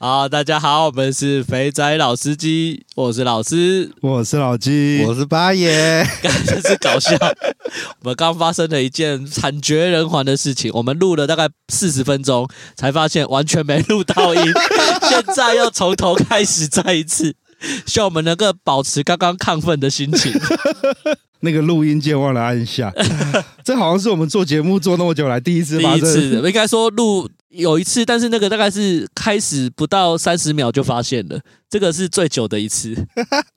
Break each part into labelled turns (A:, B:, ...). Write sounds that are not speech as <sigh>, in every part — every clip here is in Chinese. A: 好，大家好，我们是肥仔老司机，我是老师，
B: 我是老鸡，
C: 我是八爷，
A: 刚才真是搞笑。我们刚发生了一件惨绝人寰的事情，我们录了大概四十分钟，才发现完全没录到音，现在要从头开始再一次，希望我们能够保持刚刚亢奋的心情。
B: <laughs> 那个录音键忘了按
C: <laughs>
B: 下，这好像是我们做节目做那么久来第一次
A: 第
B: 发
A: 一
B: 生。
A: 次应该说录有一次，但是那个大概是开始不到三十秒就发现了，这个是最久的一次。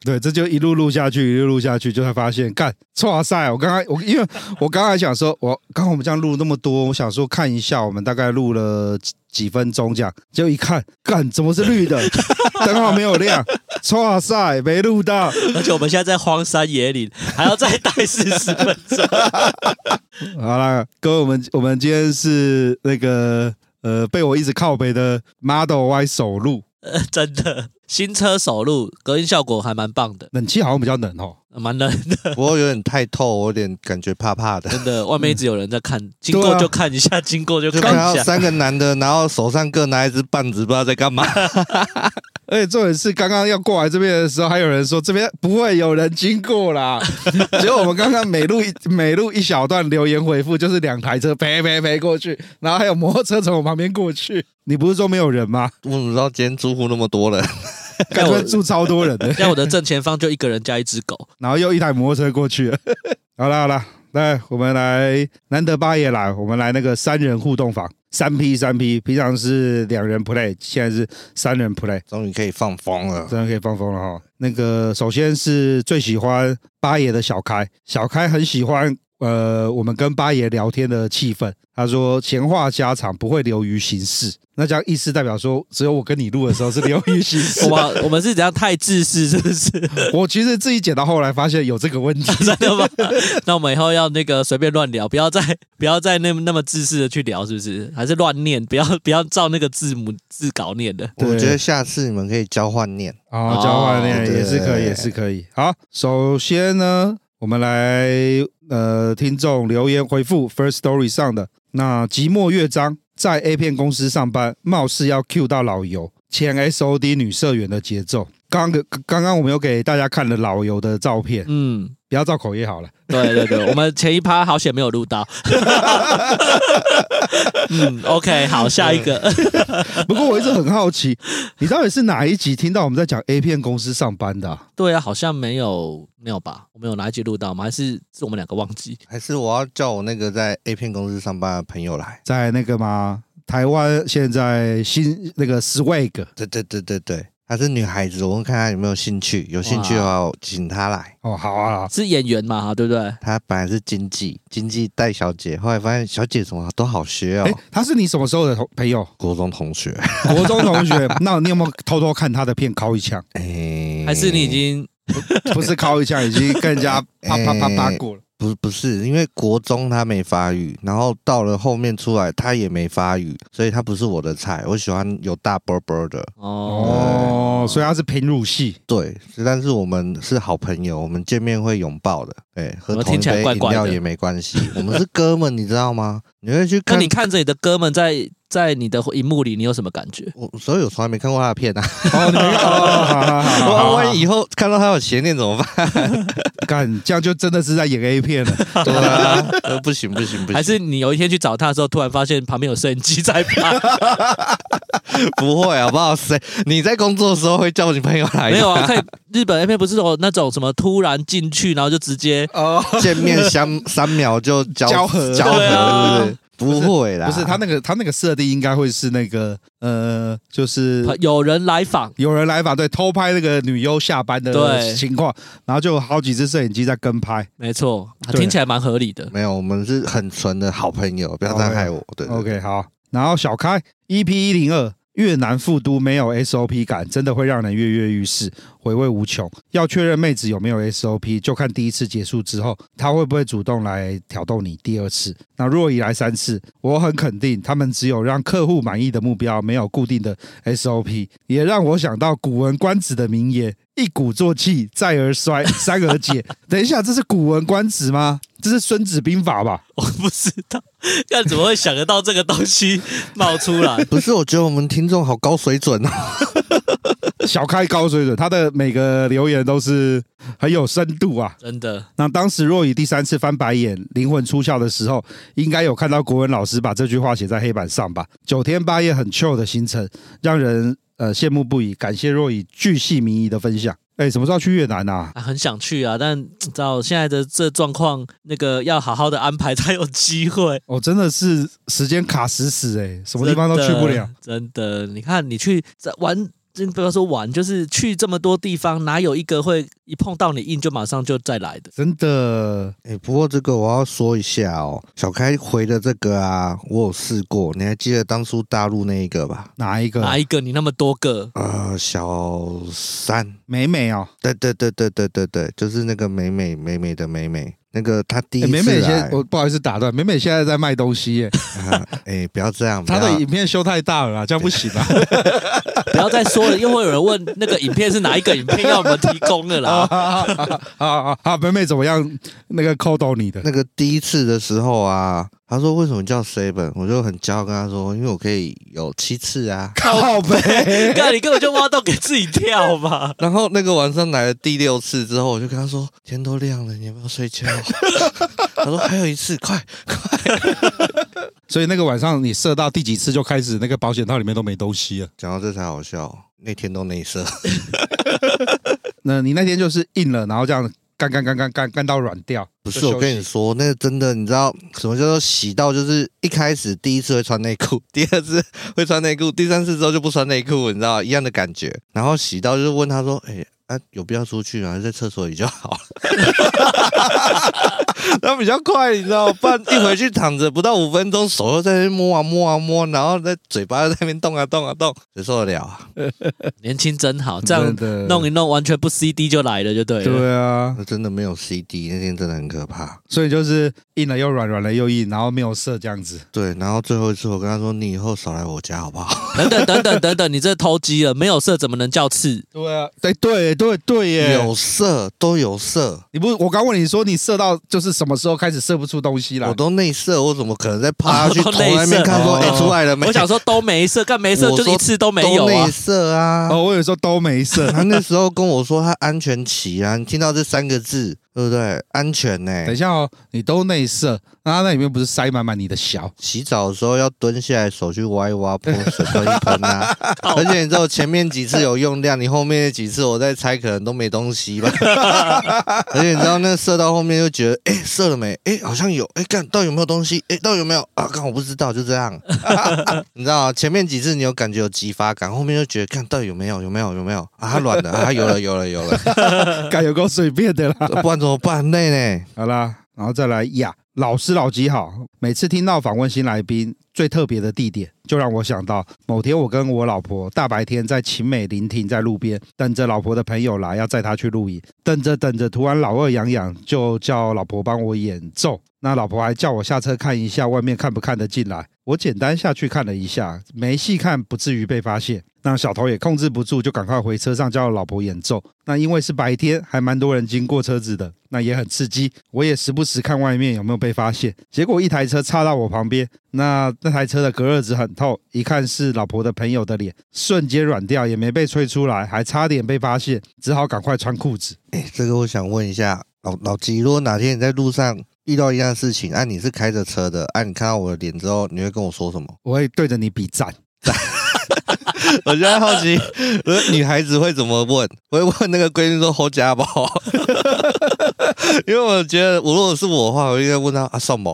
B: 对，这就一路录下去，一路录下去，就才发现，干，哇塞！我刚刚我因为我刚才想说，我刚刚我们这样录那么多，我想说看一下，我们大概录了几几分钟这样，结果一看，干，怎么是绿的？ <laughs> 灯号没有亮，哇塞，没录到。
A: 而且我们现在在荒山野岭，还要再待四十分钟。
B: 好啦，各位，我们我们今天是那个呃，被我一直靠北的 Model Y 首录，
A: <laughs> 真的，新车首录隔音效果还蛮棒的，
B: 冷气好像比较冷哦。
A: 蛮冷 <laughs> 的。
C: 不过有点太透，我有点感觉怕怕的。
A: 真的，外面一直有人在看，经过就看一下，经过就
C: 就
A: 嗯啊看
C: 看
A: 一
C: 到
A: 下。
C: 三个男的，然后手上各拿一支棒子，不知道在干嘛。
B: 而且哎重点是，刚刚要过来这边的时候，还有人说这边不会有人经过啦。结果我们刚刚每录一每录一小段留言回复，就是两台车飞飞飞过去，然后还有摩托车从我旁边过去。你不是说没有人吗？
C: 我怎么知道今天住户那么多人？
B: 感觉住超多人的，
A: 在我的正前方就一个人加一只狗，
B: 然后又一台摩托车过去了。好啦好啦，那我们来难得八爷来，我们来那个三人互动房，三 P 三 P，平常是两人 play，现在是三人 play。
C: 终于可以放风了。
B: 真的可以放风了哈。那个首先是最喜欢八爷的小开，小开很喜欢呃我们跟八爷聊天的气氛。他说闲话家常不会流于形式，那这样意思代表说只有我跟你录的时候是流于形式。
A: 哇，我们是怎样太自私是不是？
B: 我其实自己剪到后来发现有这个问题。
A: 真 <laughs> 的吗？那我们以后要那个随便乱聊，不要再 <laughs> 不要再那么那么自私的去聊，是不是？还是乱念，不要 <laughs> 不要照那个字母字稿念的。
C: 我
B: 对
C: 觉得下次你们可以交换念。
B: 哦，交换恋
C: 对
B: 也是可以，也是可以。好，首先呢，我们来呃，听众留言回复 First Story 上的那即墨乐章在 A 片公司上班，貌似要 Q 到老油前 SOD 女社员的节奏。刚刚刚刚我们有给大家看了老油的照片，
A: 嗯，
B: 不要造口业好了。
A: 对对 <laughs> 对，我们前一趴好险没有录 <laughs> 到。嗯，OK，好，下一 <laughs> 个。
B: 不过我一直很好奇，你到底是哪一集听到我们在讲 A 片公司上班的啊、
A: 对啊，好像没有没有吧？我们有哪一集录到吗？还是是我们两个忘记？
C: 还是我要叫我那个在 A 片公司上班的朋友来？
B: 在那个嘛，台湾现在新那个 Swag
C: 对对对对对，她是女孩子，我问看她有没有兴趣。有兴趣的话，我请她来。
B: 哦，好啊，好啊
A: 是演员嘛？哈，对不对？
C: 她本来是经济经济带小姐，后来发现小姐怎么都好学哦
B: 哎、，他是你什么时候的同朋友？
C: 国中同学。
B: 国中同学？那你有没有偷偷看他的片敲一枪？
C: 哎，
A: 还是你已经
B: 不是敲一枪，已经跟人家啪啪啪啪过了。
C: 不不是，因为国中他没发育，然后到了后面出来他也没发育，所以他不是我的菜。我喜欢有大波波的，
A: 哦？
B: 哦，所以他是平乳系。
C: 对，但是我们是好朋友，我们见面会拥抱的，哎对，
A: 怎
C: 喝
A: 么
C: 同一
A: 听起来
C: 杯
A: 怪
C: 饮
A: 怪
C: 料
A: 的
C: 也没关系，我们是哥们，你知道吗？你会去
A: 那
C: 看
A: 你看着你的哥们在在你的荧幕里，你有什么感觉？
C: 我所以我从来没看过他的片
A: <laughs>
C: 啊，
B: 哦，你们哦，好好好，
C: 万万一以后看到他有邪念怎么
A: <laughs>
C: 办？
B: 干，这样就真的是在演 A 片了。
C: 对啊， <laughs> 呃不行不行不行，
A: 还是你有一天去找他的时候，突然发现旁边有摄影机在拍？
C: 不会好不好？谁你在工作的时候会叫你朋友来？
A: 没有啊，可以。日本 A 片不是有那种什么突然进去，然后就直 <laughs> 接
B: 哦， <laughs>
C: 见面三三秒就交
B: 交合
C: 交合
A: 对啊
C: 是不是？不会啦，
B: 不是他那个他那个设定应该会是那个呃，就是
A: 有人来访，
B: 有人来吧，对，偷拍那个女优下班的
A: 对
B: 情况，然后就有好几只摄影机在跟拍。
A: 没错，啊
B: 对
A: 听起来蛮合理的。
C: 没有，我们是很纯的好朋友，不要伤害我。对对
B: 哦 OK，好，然后小开 EP 哎，E 一零二。越南副都没有 SOP 感，真的会让人跃跃欲试，回味无穷。要确认妹子有没有 SOP，就看第一次结束之后，她会不会主动来挑逗你第二次。那若以来三次，我很肯定他们只有让客户满意的目标，没有固定的 SOP，也让我想到古文观止的名言：一鼓作气，再而衰， <laughs> 三而竭。等一下，这是古文观止吗？这是《孙子兵法》吧？
A: 我不知道， <laughs> 但怎么会想得到这个东西冒出 <laughs> 来？
C: 不是，我觉得我们听众好高水准哦。 <laughs>
B: 小开高水准，他的每个留言都是很有深度啊。
A: 真的，
B: 那当时若雨第三次翻白眼、灵魂出窍的时候，应该有看到国文老师把这句话写在黑板上吧？九天八夜很 chill 的行程，让人呃羡慕不已。感谢若雨巨细靡遗的分享。哎，什么时候去越南啊？
A: 啊、很想去啊，但照现在的这状况，那个要好好的安排 <laughs> 才有机会。
B: 哦，真的是时间卡死死哎、什么地方都去不了。
A: 真的，真的你看你去在玩。真不要说玩，就是去这么多地方，哪有一个会一碰到你硬就马上就再来的？
B: 真的，
C: 哎、不过这个我要说一下哦，小开回的这个啊，我有试过，你还记得当初大陆那一个吧？
B: 哪一个？
A: 哪一个你那么多个？
C: 呃，小三，
B: 美美哦，
C: 对对对对对对对，就是那个美美美美的美美，那个她第一
B: 哎
C: 次来
B: 美，美现我不好意思打断，美美现在在卖东西耶、
C: 啊 <laughs> 哎、不要这样，
B: 她
C: 不要
B: 的影片修太大了啦，这样不行啊。
A: 不要再说了，又会有人问那个影片是哪一个影片要我们提供
B: <laughs>
A: 的啦。
B: 啊啊啊！妹妹怎么样？那个扣到你的
C: <laughs> 那个第一次的时候啊，他说为什么叫 seven，我就很骄傲跟他说，因为我可以有七次啊。
B: 靠背，
A: 干，你根本就挖洞给自己跳嘛！
C: 然后那个晚上来了第六次之后，我就跟他说天都亮了，你要不要睡觉？ <laughs> 他说还有一次，快！
B: 所以那个晚上你射到第几次就开始那个保险套里面都没东西了。
C: 讲到这才好笑，那天都内射，
B: 那你那天就是硬了，然后这样干干干干干干到软掉。
C: 不是
B: 就休息
C: 我跟你说，那个真的，你知道什么叫做洗到？就是一开始第一次会穿内裤，第二次会穿内裤，第三次之后就不穿内裤，你知道一样的感觉。然后洗到就是问他说：“哎、啊，有必要出去吗？在厕所里就好了。” <laughs> 他比较快，你知道，不然一回去躺着不到五分钟，手又在那边摸啊摸啊摸，然后在嘴巴又在那边动啊动啊动，谁受得了啊？
A: 年轻真好，这样
B: 真的
A: 弄一弄，完全不 CD 就来了，就对了。
B: 对啊，
C: 那真的没有 CD，那天真的很可怕。
B: 所以就是硬了又软，软了又硬，然后没有射这样子。
C: 对，然后最后一次我跟他说：“你以后少来我家好不好
A: 等等等等等等，你这偷鸡了，没有射怎么能叫刺？
B: 对啊，对对对对？”耶！
C: 有色都有色，
B: 你不，我刚问你说你射到就是什么时候开始射不出东西来
C: 我？都内射，我怎么可能再趴
A: <laughs>
C: 下去
A: 哦
C: 头
A: 都内射
C: 在那边看说
B: 哦
C: 哎、出来了没？
A: 我想说都没射，干没射
C: 我
A: 就是
C: 说
A: 一次都没有
C: 都
A: 啊
C: 内。射啊。
B: 哦，我有时候都没射。 <laughs>
C: 他那时候跟我说他安全期啊，你听到这三个字对不对？安全呢、
B: 等一下哦，你都内射，那它那里面不是塞满满你的
C: <laughs>
B: 小？
C: 洗澡的时候要蹲下来，手去挖一挖，泼水喷一喷啊。而且你知道前面几次有用量，你后面那几次我在猜可能都没东西吧。 <laughs> 而且你知道那射到后面就觉得，哎、射了没？哎、好像有，哎、看到底有没有东西？哎、到底有没有啊？看我不知道，就这样。 <laughs> 你知道前面几次你有感觉有激发感，后面就觉得看到底有没有有没有有没有啊？它软了啊，有了有了有了， <laughs>
B: 该有够随便的啦。
C: 不然怎么办？累呢？
B: 好啦，然后再来呀，老师老吉好。每次听到访问新来宾最特别的地点，就让我想到某天我跟我老婆大白天在晴美林停在路边，等着老婆的朋友来，要载她去露营。等着等着，突然老二痒痒，就叫老婆帮我演奏。那老婆还叫我下车看一下外面看不看得进来。我简单下去看了一下，没细看，不至于被发现。那小头也控制不住，就赶快回车上叫老婆演奏。那因为是白天，还蛮多人经过车子的，那也很刺激。我也时不时看外面有没有被发现。结果一台车插到我旁边，那那台车的隔热纸很透，一看是老婆的朋友的脸，瞬间软掉，也没被吹出来，还差点被发现，只好赶快穿裤子。
C: 哎，这个我想问一下老老吉，如果哪天你在路上遇到一样事情，啊，你是开着车的，啊，你看到我的脸之后，你会跟我说什么？
B: 我会对着你比赞。
C: <laughs> 我现在好奇， <laughs> 呃女孩子会怎么问？我会问那个闺蜜说“好家宝”， <laughs> 因为我觉得，我如果是我的话，我应该问她啊，什 <laughs> 么？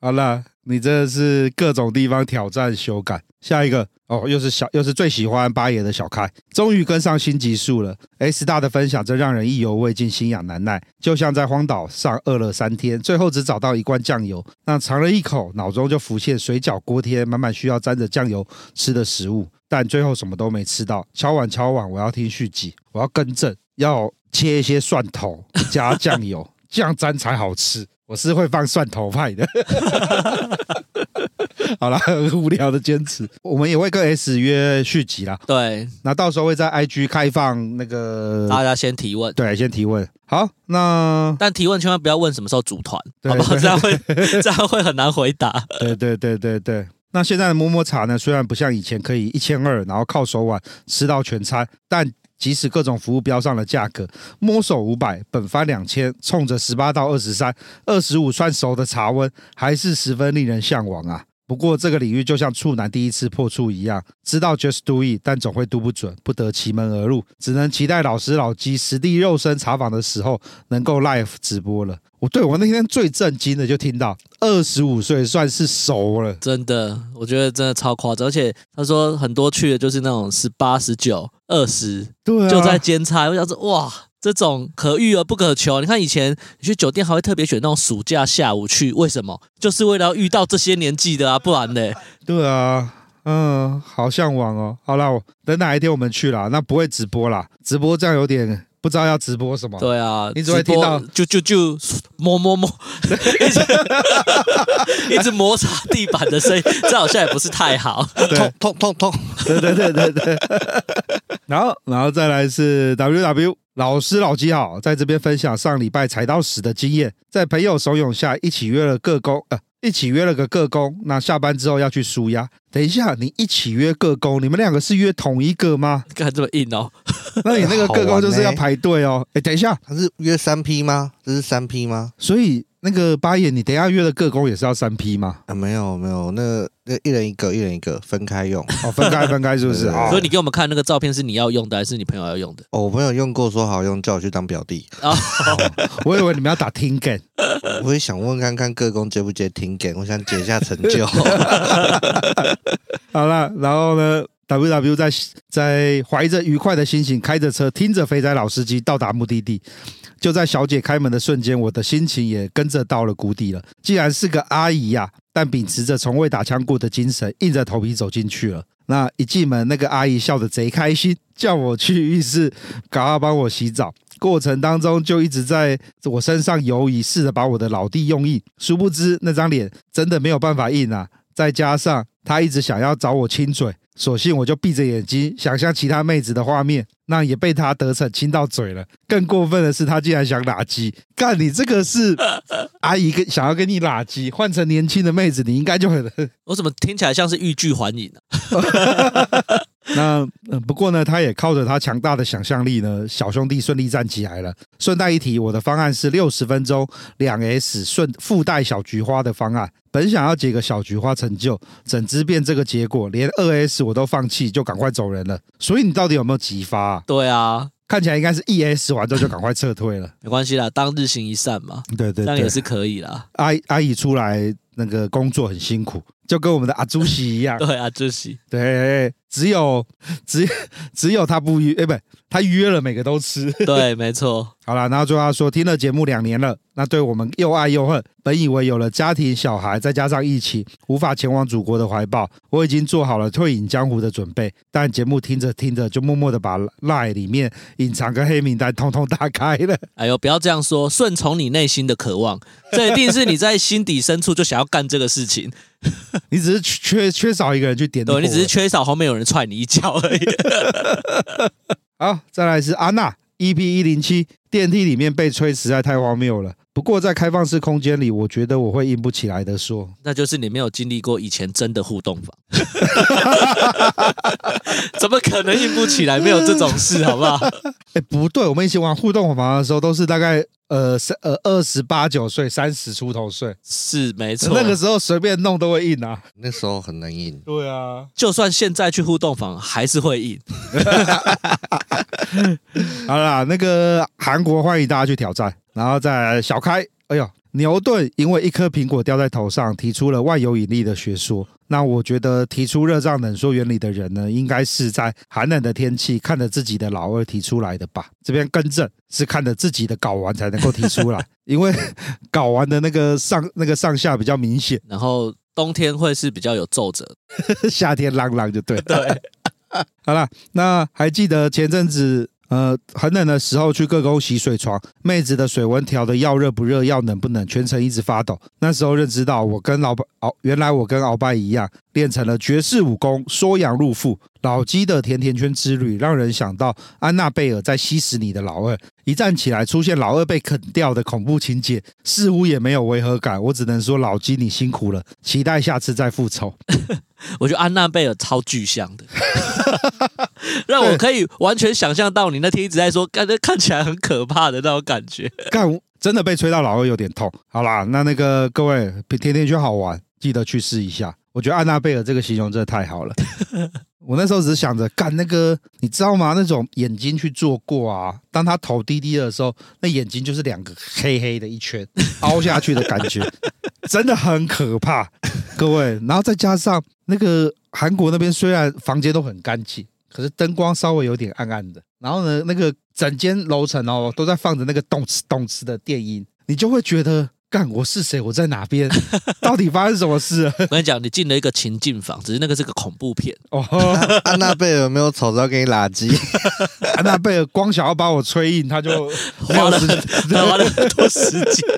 B: 好了，你真的是各种地方挑战修改。下一个哦，又是小，又是最喜欢八爷的小开，终于跟上新集数了。S 大的分享真让人意犹未尽，心痒难耐，就像在荒岛上饿了三天，最后只找到一罐酱油，那尝了一口，脑中就浮现水饺、锅贴，满满需要沾着酱油吃的食物，但最后什么都没吃到。敲碗敲碗，我要听续集，我要更正，要切一些蒜头加酱油， <laughs> 这样沾才好吃。我是会放蒜头派的。好啦，很无聊的坚持，我们也会跟 S 约续集啦。
A: 对，
B: 那到时候会在 IG 开放那个，
A: 大家先提问。
B: 对，先提问。好，那
A: 但提问千万不要问什么时候组团，
B: 对
A: 好不好？
B: 对
A: 这样会
B: <laughs>
A: 这样会很难回答。
B: 对对对对对。那现在的摸摸茶呢，虽然不像以前可以一千二，然后靠手腕吃到全餐，但即使各种服务标上了价格，摸手五百，本番两千，冲着十八到二十三、二十五算熟的茶温，还是十分令人向往啊。不过这个领域就像处男第一次破处一样，知道 just do it，但总会 do 不准，不得其门而入，只能期待老师老鸡实地肉身查访的时候能够 live 直播了。我对我那天最震惊的就听到二十五岁算是熟了，
A: 真的，我觉得真的超夸张，而且他说很多去的就是那种十八、十九、二十，
B: 对啊，
A: 就在兼差。我想说，哇，这种可遇而不可求。你看以前你去酒店还会特别选那种暑假下午去，为什么？就是为了要遇到这些年纪的啊，不然
B: <laughs>
A: 呢？
B: 对啊。嗯，好向往哦。好啦，我等哪一天我们去啦，那不会直播啦，直播这样有点不知道要直播什么。
A: 对啊，
B: 你只会听到
A: 直播就就就摸摸 <laughs>
B: <laughs>
A: 摸，一直一直摩擦地板的声音，这好像也不是太好。
C: 痛痛痛痛！
B: 对对对对 <laughs> 对。然后，然后再来是 W W 老师老鸡好，在这边分享上礼拜踩到屎的经验，在朋友怂恿下，一起约了个工，呃，一起约了个个工。那下班之后要去舒压。等一下，你一起约个工，你们两个是约同一个吗？
A: 看这么硬哦，
B: 那你那个个工就是要
C: 好玩欸
B: 排队哦。哎，等一下，
C: 他是约三 P 吗？这是三 P 吗？
B: 所以那个八爷，你等一下约的个工也是要三批吗？
C: 啊，没有没有，那那一人一个，一人一个分开用。
B: 哦，
C: <laughs>
B: 分开分开是不是？
C: 对对对
B: 哦
A: 所以你给我们看那个照片是你要用的还是你朋友要用的？
C: 哦，我朋友用过，说好用，叫我去当表弟。
B: <laughs>
A: 啊，
B: 哦我以为你们要打听梗。
C: <laughs> 我也想问看看各工接不接听给，我想解一下成 <laughs> 就。
B: 好了，然后呢，W W 在在怀着愉快的心情，开着车，听着肥仔老司机到达目的地。就在小姐开门的瞬间，我的心情也跟着到了谷底了。既然是个阿姨呀、但秉持着从未打枪过的精神，硬着头皮走进去了。那一进门，那个阿姨笑得贼开心，叫我去浴室，赶快帮我洗澡。过程当中就一直在我身上游移，试着把我的老弟用硬，殊不知那张脸真的没有办法硬啊。再加上他一直想要找我亲嘴，索性我就闭着眼睛想象其他妹子的画面，那也被他得逞亲到嘴了。更过分的是，他竟然想拉鸡，干你这个是阿姨跟想要跟你拉鸡，换成年轻的妹子，你应该就很
A: 我怎么听起来像是欲拒还迎啊？
B: 那、呃、不过呢，他也靠着他强大的想象力呢，小兄弟顺利站起来了。顺带一提，我的方案是六十分钟两 S 顺附带小菊花的方案。本想要解个小菊花成就，整支变这个结果，连二 S 我都放弃，就赶快走人了。所以你到底有没有急发、啊？
A: 对啊，
B: 看起来应该是 ES 完之后就赶快撤退了。
A: 没关系啦，当日行一善嘛，
B: <laughs> 对对
A: 这样也
B: 对，
A: 是可以啦。
B: 阿姨阿姨出来那个工作很辛苦，就跟我们的阿朱
A: <laughs>
B: 喜一样。
A: 对啊，就是
B: 对，只有只只有他不约，哎、不，他约了每个都吃。
A: 对，没错，
B: 好啦，然后最后他说，听了节目两年了，那对我们又爱又恨。本以为有了家庭、小孩，再加上疫情，无法前往祖国的怀抱，我已经做好了退隐江湖的准备。但节目听着听着，就默默的把 Line 里面隐藏跟黑名单通通打开了。
A: 哎呦，不要这样说，顺从你内心的渴望，这一定是你在心底深处就想要干这个事
B: <laughs>
A: 情。
B: <laughs> 你只是缺缺少一个人去点火
A: 对，
B: 而已，
A: 你只是缺少后面有人踹你一脚而已。 <laughs>
B: 好，啊再来是安娜 EP 一零七，电梯里面被吹实在太荒谬了。不过在开放式空间里，我觉得我会硬不起来的说，
A: 那就是你没有经历过以前真的互动房， <laughs> 怎么可能硬不起来？没有这种事，好不 <laughs> 好？
B: 哎，不对，我们一起玩互动房的时候都是大概呃三呃二十八九岁、三十出头岁，
A: 是没错。
B: 那个时候随便弄都会硬啊。
C: 那时候很能硬。
B: 对啊，
A: 就算现在去互动房还是会硬，
B: <laughs> 好啦，那个韩国欢迎大家去挑战，然后再来小开，哎呦，牛顿因为一颗苹果掉在头上，提出了万有引力的学说。那我觉得提出热胀冷缩原理的人呢，应该是在寒冷的天气看着自己的老二提出来的吧？这边更正是看着自己的睾丸才能够提出来，因为睾丸的那个上那个上下比较明显，
A: 然后冬天会是比较有皱褶。
B: 夏天浪浪就对了。
A: 对，
B: <laughs> 好啦，那还记得前阵子呃很冷的时候去各沟洗水床，妹子的水温调的要热不热，要冷不冷，全程一直发抖。那时候认知到我跟老白鳌，原来我跟鳌拜一样，练成了绝世武功缩阳入腹。老鸡的甜甜圈之旅让人想到安娜贝尔在吸食你的老二，一站起来出现老二被啃掉的恐怖情节，似乎也没有违和感。我只能说老鸡你辛苦了，期待下次再复仇。
A: 我觉得安娜贝尔超具象的， <laughs> 让我可以完全想象到你那天一直在说，感觉看起来很可怕的那种感觉。
B: <laughs> 干，我真的被吹到老二有点痛。好啦，那那个各位，甜甜圈好玩，记得去试一下。我觉得安娜贝尔这个形容真的太好了。我那时候只是想着，干那个，你知道吗？那种眼睛去做过啊，当他头低低的时候，那眼睛就是两个黑黑的一圈凹下去的感觉，真的很可怕，各位。然后再加上那个韩国那边虽然房间都很干净，可是灯光稍微有点暗暗的。然后呢，那个整间楼层哦都在放着那个动次动次的电音，你就会觉得，干我是谁？我在哪边？ <laughs> 到底发生什么事了？
A: 我跟你讲，你进了一个情境房，只是那个是个恐怖片，
B: 哦，
C: 安娜贝尔有没有丑到给你垃圾？
B: 安娜贝尔光想要把我吹硬，他就
A: <laughs>
B: <laughs>
A: 花了很花了很多时间。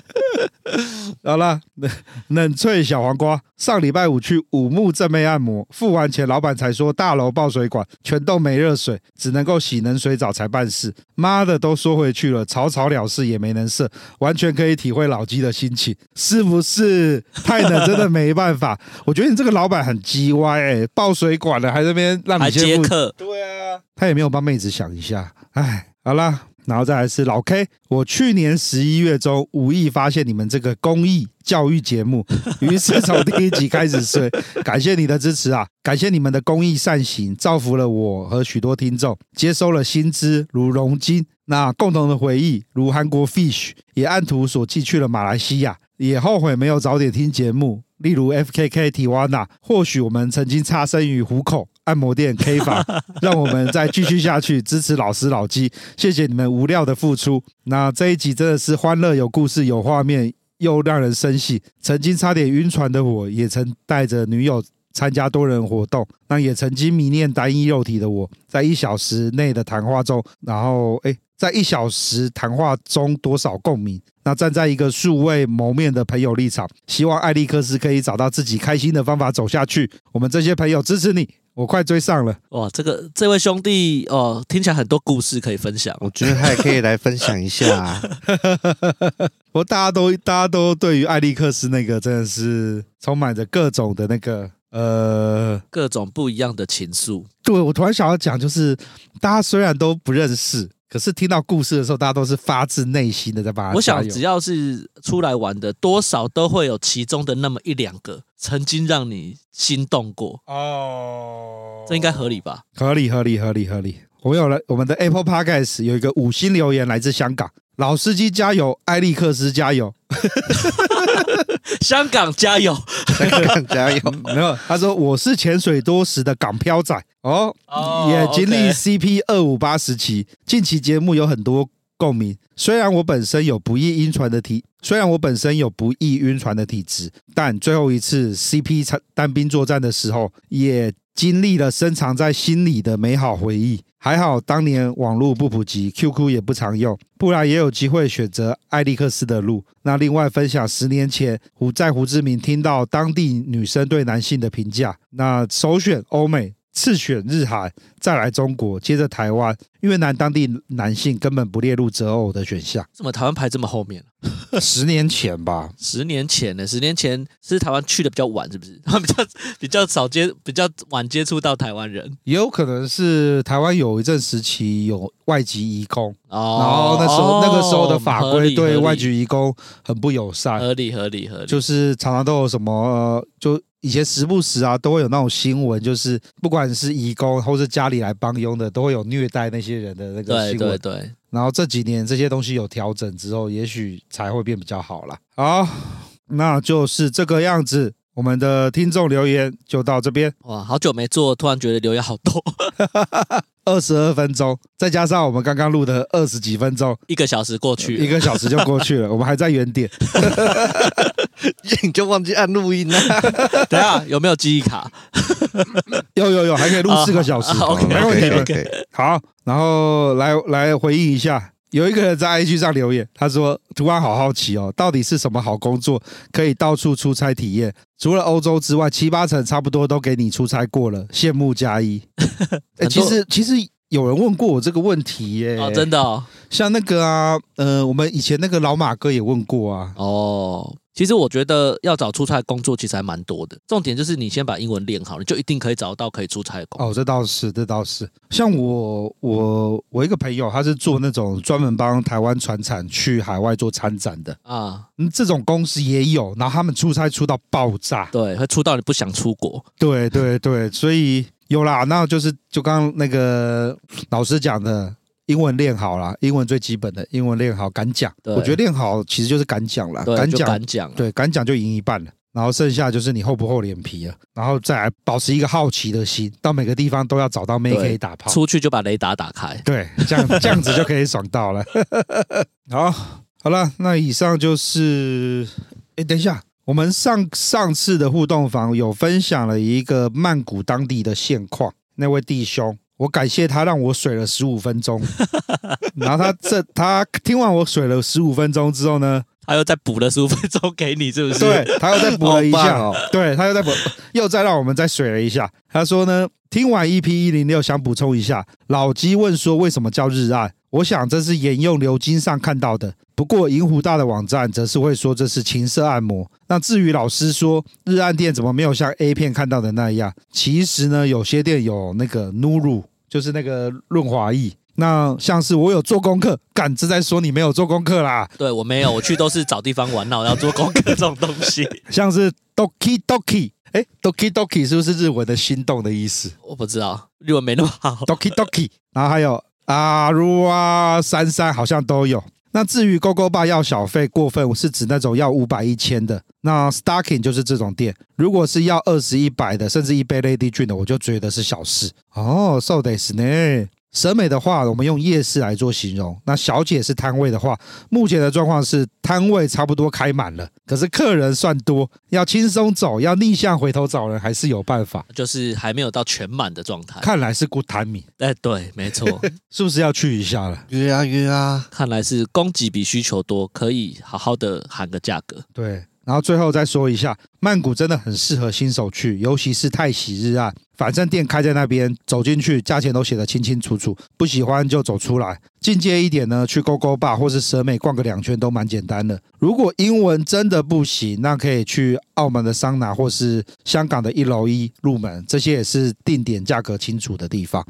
B: 好啦，冷冷萃小黄瓜，上礼拜五去五木正妹按摩，付完钱，老板才说大楼爆水管，全都没热水，只能够洗冷水澡才办事。妈的，都说回去了，草草了事也没能设，完全可以体会老鸡的心情，是不是？太冷真的没办法。我觉得你这个老板很鸡歪哎、爆水管了还在那边让
A: 还
B: <laughs> 你
A: 接
B: 先付
A: 客，
B: 对啊，他也没有帮妹子想一下，哎，好啦，然后再来是老 K，我去年十一月中无意发现你们这个公益教育节目，于是从第一集开始追，感谢你的支持啊，感谢你们的公益善行，造福了我和许多听众，接收了新知如龙筋，那共同的回忆如韩国 Fish，也按图索骥去了马来西亚，也后悔没有早点听节目。例如 F.K.K. Tiwana，或许我们曾经擦身于虎口按摩店 K 房，让我们再继续下去，支持老师老鸡，谢谢你们无料的付出。那这一集真的是欢乐、有故事、有画面，又让人生气。曾经差点晕船的我，也曾带着女友参加多人活动，那也曾经迷恋单一肉体的我，在一小时内的谈话中，然后诶，在一小时谈话中多少共鸣？那站在一个素未谋面的朋友立场，希望艾利克斯可以找到自己开心的方法走下去。我们这些朋友支持你，我快追上了。
A: 哇，这个这位兄弟哦，听起来很多故事可以分享。
C: <laughs> 我觉得还可以来分享一下、啊。
B: 我大家都大家都对于艾利克斯那个真的是充满着各种的那个呃，
A: 各种不一样的情愫，
B: 对我突然想要讲，就是大家虽然都不认识，可是听到故事的时候，大家都是发自内心的在帮他加油。
A: 我想只要是出来玩的，多少都会有其中的那么一两个曾经让你心动过，
B: 哦
A: 这应该合理
B: <laughs>
A: 吧？
B: 合理合理合理合理。我们有了我们的 Apple Podcast 有一个五星留言来自香港，老司机加油，艾利克斯加
A: <laughs>
B: 油。
A: 香港加油！
C: 香港加油！
B: 没有，他说我是潜水多时的港漂仔哦，
A: 哦
B: 也经历
A: OK。
B: CP 二五八时期。近期节目有很多共鸣，虽然我本身有不易晕船的体，虽然我本身有不易晕船的体质，但最后一次 CP 参单兵作战的时候，也经历了深藏在心里的美好回忆。还好当年网络不普及，QQ 也不常用，不然也有机会选择艾利克斯的路。那另外分享十年前胡在胡志明听到当地女生对男性的评价，那首选欧美，次选日韩，再来中国，接着台湾。越南当地男性根本不列入择偶的选项
A: 怎么台湾排这么后面？啊
B: 十年前吧，
A: 十年前呢？十年前是台湾去的比较晚，是不是？ <laughs> 比较比较少接，比较晚接触到台湾人。
B: 也有可能是台湾有一阵时期有外籍移工，然
A: 哦
B: 后，那时候、
A: 哦
B: 那个时候的法
A: 合
B: 规
A: 理嗯
B: 对
A: 合理
B: 外籍移工很不友善，
A: 合理合理合理，
B: 就是常常都有什么，呃就以前时不时啊，都会有那种新闻，就是不管是移工或是家里来帮佣的，都会有虐待那些人的那个
A: 对
B: 新
A: 对
B: 闻。
A: 对，
B: 然后这几年这些东西有调整之后，也许才会变比较好啦。好，那就是这个样子。我们的听众留言就到这边，
A: 哇，好久没做，突然觉得留言好多， <laughs>
B: 二十二分钟，再加上我们刚刚录的二十几分钟，
A: 一个小时过去了，
B: 嗯一个小时就过去了，我们还在原点。
C: <laughs> 你就忘记按录音啊了。 <laughs>
A: 等一下有没有记忆
B: <laughs>
A: 卡？
B: 有有有，还可以录四个小时
A: 啊，OK，OK，OK
B: 没问题的
C: o。k
B: 好，然后来来回应一下，有一个人在 IG 上留言，他说：“突然好好奇哦，到底是什么好工作可以到处出差体验？除了欧洲之外，七八成差不多都给你出差过了，羡慕加
A: <laughs>
B: 一。哎，
A: 很多
B: 其实其实有人问过我这个问题耶，
A: 哦，真的哦，
B: 像那个啊，呃，我们以前那个老马哥也问过啊，
A: 哦，其实我觉得要找出差工作其实还蛮多的，重点就是你先把英文练好，你就一定可以找到可以出差的工作。
B: 哦，这倒是，这倒是。像我，我，我一个朋友，他是做那种专门帮台湾船产去海外做参展的，
A: 啊，
B: 嗯，这种公司也有，然后他们出差出到爆炸，
A: 对，会出到你不想出国。
B: 对对对，所以有 <laughs> 啦，那就是就刚刚那个 <laughs> 老师讲的，英文练好啦，英文最基本的，英文练好，敢讲，
A: 对
B: 我觉得练好其实就是敢讲啦，
A: 对，
B: 敢
A: 就
B: 讲，
A: 敢讲。
B: 对，敢讲就赢一半了。然后剩下就是你厚不厚脸皮了，然后再来保持一个好奇的心，到每个地方都要找到妹
A: 对
B: 可以打炮。
A: 出去就把雷达打开。
B: 对，这样这样子就可以爽到了。好，好了，那以上就是，哎，等一下，我们上上次的互动房有分享了一个曼谷当地的现况，那位弟兄。我感谢他让我水了十五分钟， <laughs> 然后他这他听完我水了十五分钟之后呢，
A: 他又再补了十五分钟给你，是不是？
B: 对，他又再补了一
C: 好
B: 下，
C: 棒哦
B: 对他又再补，又再让我们再水了一下。他说呢，听完 EP 一零六，想补充一下，老鸡问说为什么叫日暗？我想这是沿用流经上看到的，不过银湖大的网站则是会说这是情色按摩。那至于老师说日按店怎么没有像 A 片看到的那样，其实呢，有些店有那个 Nuru，就是那个润滑液。那像是我有做功课，干这在说你没有做功课啦。
A: 对我没有，我去都是找地方玩闹，然后做功课这种东
B: <laughs>
A: 西，
B: 像是 doki doki，哎，doki doki 是不是日文的心动的意思
A: 我不知道日文没那么好。
B: ？doki doki，然后还有啊如啊三三好像都有。那至于勾勾爸要小费过分，是指那种要五百一千的。那 Stocking 就是这种店，如果是要二十一百的，甚至一杯 Lady June 的，我就觉得是小事。哦，so this 呢？审美的话，我们用夜市来做形容。那小姐是摊位的话，目前的状况是摊位差不多开满了，可是客人算多，要轻松走，要逆向回头找人还是有办法。
A: 就是还没有到全满的状态，
B: 看来是 good timing，
A: 哎，对，没
B: <laughs>
A: 错，
B: 是不是要去一下了？
C: <laughs> 约啊约啊，
A: 看来是供给比需求多，可以好好的喊个价格。
B: 对，然后最后再说一下，曼谷真的很适合新手去，尤其是泰喜日啊，反正店开在那边，走进去价钱都写得清清楚楚，不喜欢就走出来。进阶一点呢，去勾勾吧或是蛇美逛个两圈都蛮简单的。如果英文真的不行，那可以去澳门的桑拿或是香港的一楼一入门，这些也是定点价格清楚的地方。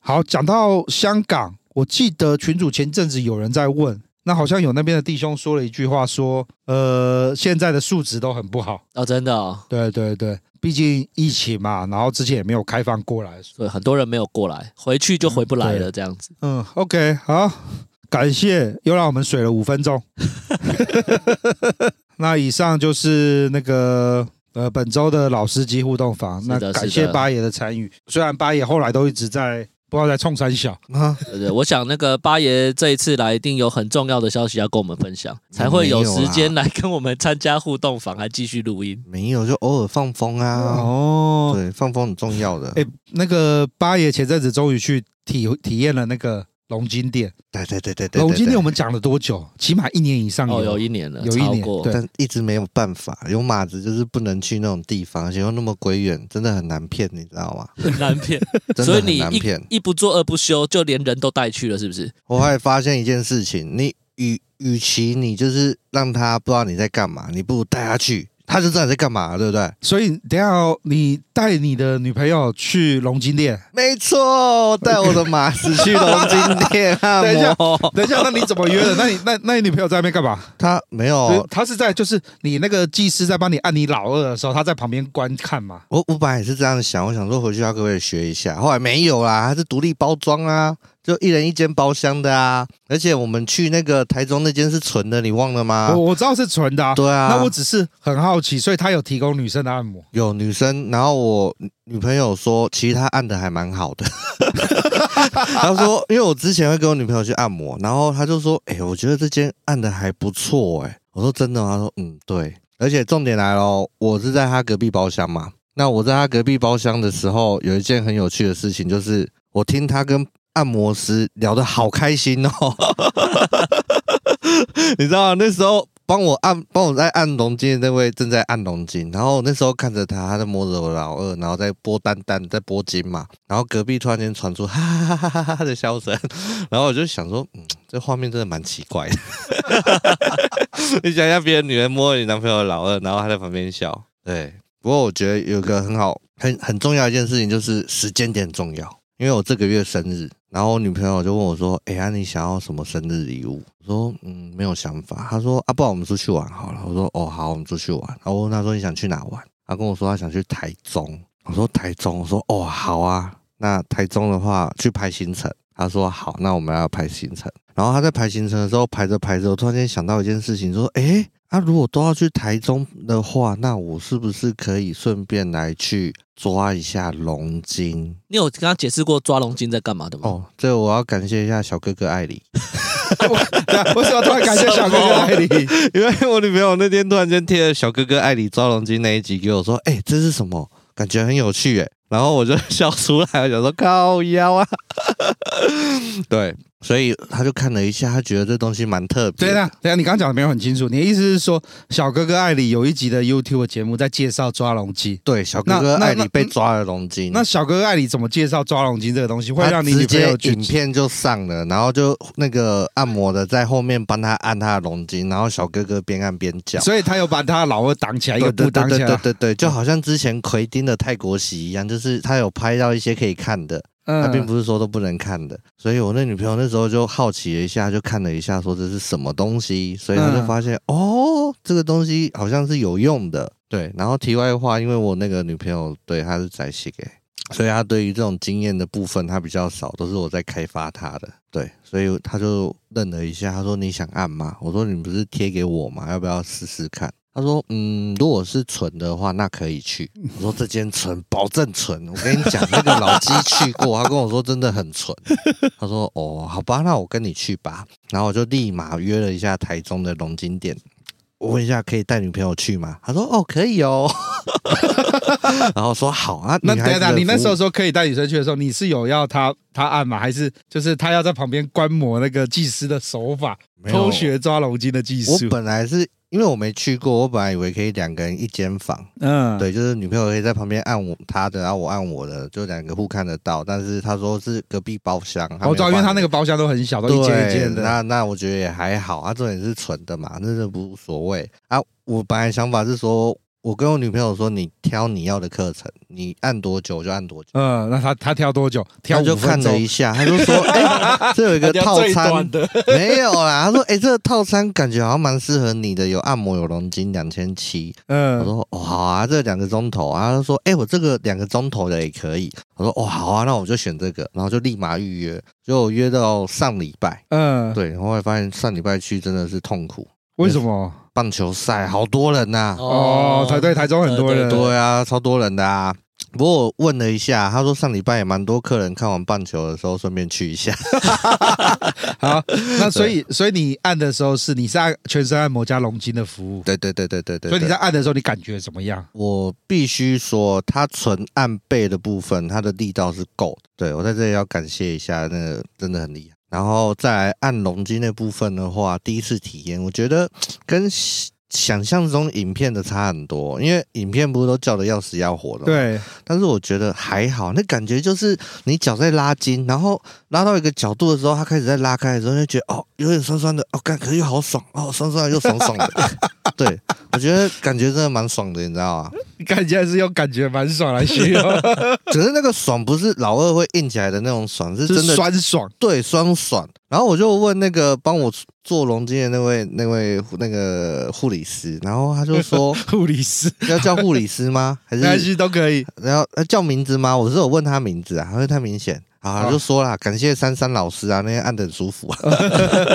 B: 好，讲到香港，我记得群主前阵子有人在问，那好像有那边的弟兄说了一句话，说，呃，现在的数值都很不好。
A: 哦，真的、哦，
B: 对对对，毕竟疫情嘛，然后之前也没有开放过来。
A: 对，很多人没有过来，回去就回不来
B: 嗯
A: 了，这样子。
B: 嗯，OK，好，感谢又让我们水 <laughs> 了五分钟。那以上就是那个呃本周的老司机互动房。
A: 是
B: 那
A: 的
B: 感
A: 是
B: 谢
A: 的
B: 八爷的参与，虽然八爷后来都一直在不知道在冲三小，
C: 啊，
A: 对对，我想那个八爷这一次来，一定有很重要的消息要跟我们分享，才会有时间来跟我们参加互动访，还继续录音。
C: 没有就偶尔放风啊，
B: 哦，
C: 对，放风很重要的。
B: 哎、那个八爷前阵子终于去体体验了那个龙井店，
C: 对对对对对，
B: 龙
C: 对
B: 井店
C: 对
B: 我们讲了多久？起码一年以上
A: 哦，有
B: 有。
A: 一年了，
B: 有一年
A: 超过
B: 对
C: 但一直没有办法，有马子就是不能去那种地方，而且又那么鬼远，真的很难骗，你知道吗？
A: 很 <laughs> 难骗，
C: 真
A: 所
C: 的
A: 以
C: 很
A: 你
C: 难骗。
A: 一一不做二不休，就连人都带去了，是不是？
C: 我还发现一件事情，你与与其你就是让他不知道你在干嘛，你不如带他去，他就知道你在干嘛，对不对？
B: 所以等一下、哦、你带你的女朋友去龙井店，
C: 没错，带我的马子去
B: <laughs>
C: 龙津店
B: 等一下
C: 按摩。
B: 等一下，那你怎么约的？那你那那你女朋友在那边干嘛？
C: 他没
B: 哦
C: 有，，
B: 他是在就是你那个技师在帮你按你老二的时候，他在旁边观看嘛。
C: 我我本来也是这样想，我想说回去要各位学一下，后来没有啦，它是独立包装啊，就一人一间包厢的啊，而且我们去那个台中那间是纯的，你忘了吗
B: 我？我知道是纯的、啊，
C: 对啊，
B: 那我只是很好奇，所以他有提供女生的按摩。
C: 有女生，然后我女朋友说，其实她按的还蛮好的。 <laughs> 她说，因为我之前会跟我女朋友去按摩，然后她就说，哎、我觉得这间按的还不错，哎，我说真的吗？她说，嗯，对。而且重点来咯，我是在她隔壁包厢嘛。那我在她隔壁包厢的时候，有一件很有趣的事情，就是我听她跟按摩师聊得好开心哦。 <laughs> 你知道吗那时候帮我按帮我在按龙筋的那位正在按龙筋，然后那时候看着他，他在摸着我老二，然后在拨蛋蛋，在拨筋嘛。然后隔壁突然间传出哈哈哈哈哈哈的笑声，然后我就想说，嗯，这画面真的蛮奇怪的。 <laughs> 你想一下，别的女人摸你男朋友的老二，然后他在旁边笑，对。不过我觉得有个很好、很很重要一件事情，就是时间点很重要。因为我这个月生日，然后我女朋友就问我说：“哎、呀、你想要什么生日礼物？”我说：“嗯，没有想法。”她说：“啊，不然我们出去玩好了。”我说：“哦，好，我们出去玩。”然后我问她说：“你想去哪玩？”她跟我说她想去台中。我说：“台中。”我说：“哦，好啊。那台中的话，去排行程。”她说：“好，那我们要排行程。”然后她在排行程的时候，排着排着，我突然间想到一件事情，说：“哎、啊，如果都要去台中的话，那我是不是可以顺便来去抓一下龙筋？”
A: 你有跟他解释过抓龙筋在干嘛的吗？
C: 哦，这我要感谢一下小哥哥艾里，
B: 对啊为什么突然感谢小哥哥艾丽？
C: 因为我女朋友那天突然间贴了小哥哥艾里抓龙筋那一集给我说，哎、这是什么？感觉很有趣哎，然后我就笑出来，我想说靠腰啊， <laughs> 对，所以他就看了一下，他觉得这东西蛮特别
B: 对
C: 的。
B: 啊，对啊，你刚刚讲的没有很清楚。你的意思是说，小哥哥艾丽有一集的 YouTube 节目在介绍抓龙机？
C: 对，小哥哥
B: 那那
C: 艾里
B: 那
C: 被抓了龙筋，
B: 那小哥哥艾丽怎么介绍抓龙机这个东西？会
C: 他
B: 让你
C: 直
B: 女朋
C: 接
B: 友去
C: 影片就上了，然后就那个按摩的在后面帮他按他的龙筋，然后小哥哥边按边叫。
B: 所以他有把他的老二挡啊起来，一
C: 对
B: 个
C: 对
B: 布嗯
C: 对
B: 挡起
C: 对
B: 来
C: 对。对对，就好像之前奎丁的泰国洗一样，就是他有拍到一些可以看的，他并
B: 嗯，
C: 不是说都不能看的。所以我那女朋友那时候就好奇了一下，就看了一下，说这是什么东西，所以她就
B: 嗯
C: 发现、哦，这个东西好像是有用的。对，然后题外话，因为我那个女朋友对她是宅系给，所以她对于这种经验的部分她比较少，都是我在开发她的。对，所以她就愣了一下，她说：“你想按吗？”我说：“你不是贴给我吗？要不要试试看？”她说：“嗯，如果是纯的话，那可以去。”我说：“这间纯，保证纯。我跟你讲，那个老鸡去过，他跟我说真的很纯。”他说：“哦，好吧，那我跟你去吧。”然后我就立马约了一下台中的龙津店。我问一下，可以带女朋友去吗？他说：“哦，可以哦。” <laughs> 然后说：“好啊。
B: 那
C: 女
B: 等
C: 孩子的
B: 一下，
C: 服务”
B: 你那时候说可以带女生去的时候，你是有要他他按吗？还是就是他要在旁边观摩那个技师的手法，
C: 没有
B: 偷学抓龙筋的技
C: 我
B: 术？
C: 本来是因为我没去过，我本来以为可以两个人一间房，
B: 嗯，
C: 对，就是女朋友可以在旁边按我她的，然后我按我的，就两个互看得到。但是他说是隔壁包厢，
B: 哦。我知道，因为他那
C: 个
B: 个包厢都很小，都
C: 对，
B: 一间一间的。
C: 那那我觉得也还好，啊，重点是纯的嘛，那是无所谓啊。我本来想法是说，我跟我女朋友说，你挑你要的课程，你按多久就按多久。
B: 嗯，那他他挑多久？挑哦
C: 她就
B: 五
C: 看
B: 分
C: 了
B: 钟
C: 一。下，她就说：“哎、这
B: <laughs>
C: 有一个套餐，
A: 的，
C: 没有啦。”她说：“哎、这个套餐感觉好像蛮适合你的，有按摩，有龙筋，两千七。”我
B: 嗯，
C: 说哦好啊，这两个钟头啊，他就说哎、我这个两个钟头的也可以。我说哦好啊，那我就选这个，然后就立马预约，就我约到上礼拜。
B: 嗯，
C: 对，然后后来发现上礼拜去真的是痛苦，
B: 为什么？
C: 棒球赛，好多人呐、
B: 哦，台对台中很多人，
C: 对啊，超多人的啊。不过我问了一下，他说上礼拜也蛮多客人看完棒球的时候，顺便去一下。 <laughs>
B: 好，那所以所以你按的时候是你是按全身按摩加龙筋的服务，
C: 对对对对对对
B: 所以你
C: 对
B: 在按的时候你感觉怎么样？
C: 我必须说，他纯按背的部分，他的力道是够的。对我在这里要感谢一下，那个真的很厉害。然后再来按龙筋那部分的话，第一次体验，我觉得跟想象中影片的差很多，因为影片不是都叫的要死要活的吗？
B: 对，
C: 但是我觉得还好，那感觉就是你脚在拉筋，然后拉到一个角度的时候，它开始在拉开的时候，就觉得哦，有点酸酸的，哦，干，可是又好爽，哦，酸酸的又爽爽的，对我觉得感觉真的蛮爽的，你知道吗？
B: 你看起来是用感觉蛮爽来形容，
C: 只是那个爽不是老二会硬起来的那种爽， <laughs> 是
B: 是
C: 真的
B: 酸爽。
C: 对酸爽。然后我就问那个帮我做龙筋的那位那位那个护理师，然后他就 <laughs> 说
B: 护理师，
C: 要叫护理师吗？还
B: 没
C: 是
B: 关系都可以。
C: 然后呃叫名字吗？我是有问他名字啊，他说太明显。啊，
B: 哦
C: 就说啦，感谢珊珊老师啊，那天按的很舒服
B: <laughs>
C: 啊。 <laughs>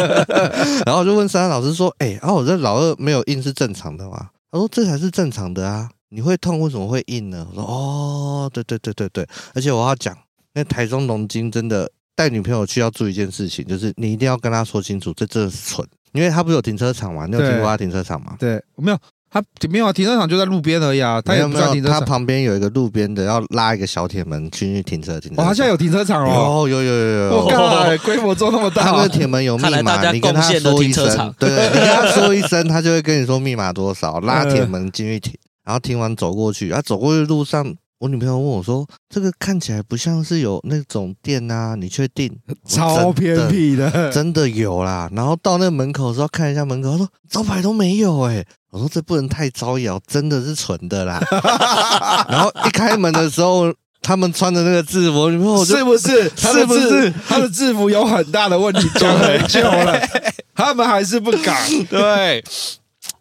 C: 然后我就问珊珊老师说，哎、啊，我这老二没有硬是正常的吗？他说这才是正常的啊，你会痛为什么会硬呢？我说哦，对对对对对，而且我要讲，那台中龙筋真的带女朋友去要注意一件事情，就是你一定要跟她说清楚，这真的是蠢，因为他不是有停车场吗？你有
B: 对
C: 听过他停车场吗？
B: 对，没有，他没有啊，停车场就在路边而已啊，他
C: 没
B: 也
C: 有
B: 不
C: 没
B: 算
C: 有
B: 停，车
C: 他
B: 场。
C: 旁边有一个路边的，要拉一个小铁门进去停车停车
B: 哦，
C: 场。
B: 他现在有停车场哦。
C: 有有有有有，
B: 我靠，规模做那么
C: 他
B: 大
C: 那个，铁门有密
A: 看来大
C: 码，
A: 家
C: 你跟他
A: 贡献了
C: 说一
A: 停车
C: 声
A: 场，
C: 对，你跟
B: <laughs>
C: 他说一声，他就会跟你说密码多少，拉铁门进去停，然后停完走过去，啊，走过去路上。我女朋友问我说：“这个看起来不像是有那种店啊，你确定？”
B: 超偏僻 <laughs> 的。
C: 真的有啦。然后到那个门口的时候看一下门口，他说招牌都没有哎、我说这不能太招摇，真的是纯的啦。 <laughs> 然后一开门的时候，他们穿的那个制服，你朋友就是
B: 不 <laughs> 是？
C: 他的
B: 是不
C: 制
B: 是他的制服有很大的问题？讲很久了，他们还是不敢。对，啊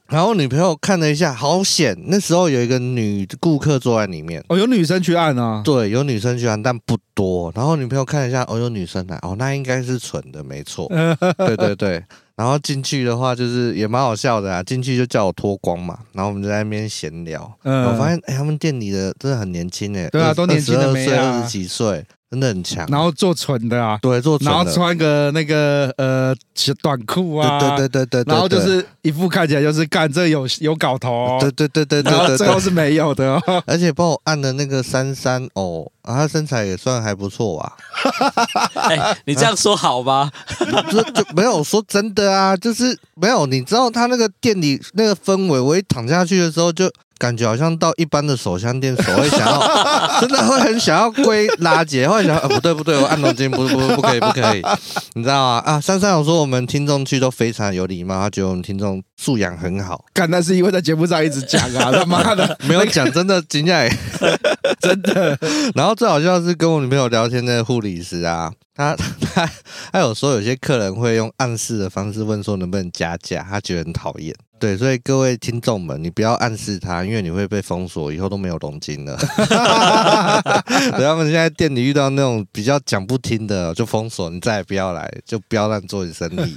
C: 然后女朋友看了一下，好险，那时候有一个女顾客坐在里面。
B: 哦，有女生去按啊。
C: 对，有女生去玩，但不多。然后女朋友看了一下，哦，有女生来，哦，那应该是纯的，没
B: <laughs>
C: 错。对对对。然后进去的话，就是也蛮好笑的啊。进去就叫我脱光嘛，然后我们就在那边闲聊。
B: 嗯
C: 我发现，哎、他们店里的真的很年轻哎、
B: 对啊都年轻的
C: 二
B: 妹
C: 岁、
B: 啊
C: 二十几岁，真的很强。
B: 然后做蠢的啊，
C: 对，做纯
B: 然后
C: 的
B: 穿个那个呃小短裤啊，
C: 对对对对对对，
B: 然后就
C: 对。
B: 是一副看起来就是干这有有搞头哦、
C: 对对对对对
B: 然
C: 对
B: 后
C: 对，
B: 最后是没有的、哦，
C: 而且帮我按的那个珊珊哦，啊，她身材也算还不错吧。
A: 哎，你这样说好吗？
C: 就就没有说真的啊，就是没有。你知道他那个店里那个氛围，我一躺下去的时候，就感觉好像到一般的手枪店，手会想要，真的会很想要归拉结，会想要、呃不对不对，我按龙筋不不不可以不可以，你知道吗？啊，珊珊有说我们听众去都非常有礼貌，他觉得我们听众素养很好，
B: <laughs> 干那是因为在节目上一直讲 <laughs> 啊，他妈的，
C: 没有讲真的惊讶，
B: <laughs>
C: 真的。然后最好笑的是跟我女朋友聊天的护理师啊，他他他有时候有些客人会用暗示的方式问说能不能加价，他觉得很讨厌。对，所以各位听众们，你不要暗示他，因为你会被封锁，以后都没有龙筋
B: <laughs>
C: 了。对，他们现在店里遇到那种比较讲不听的，就封锁，你再也不要来，就不要乱做你生意。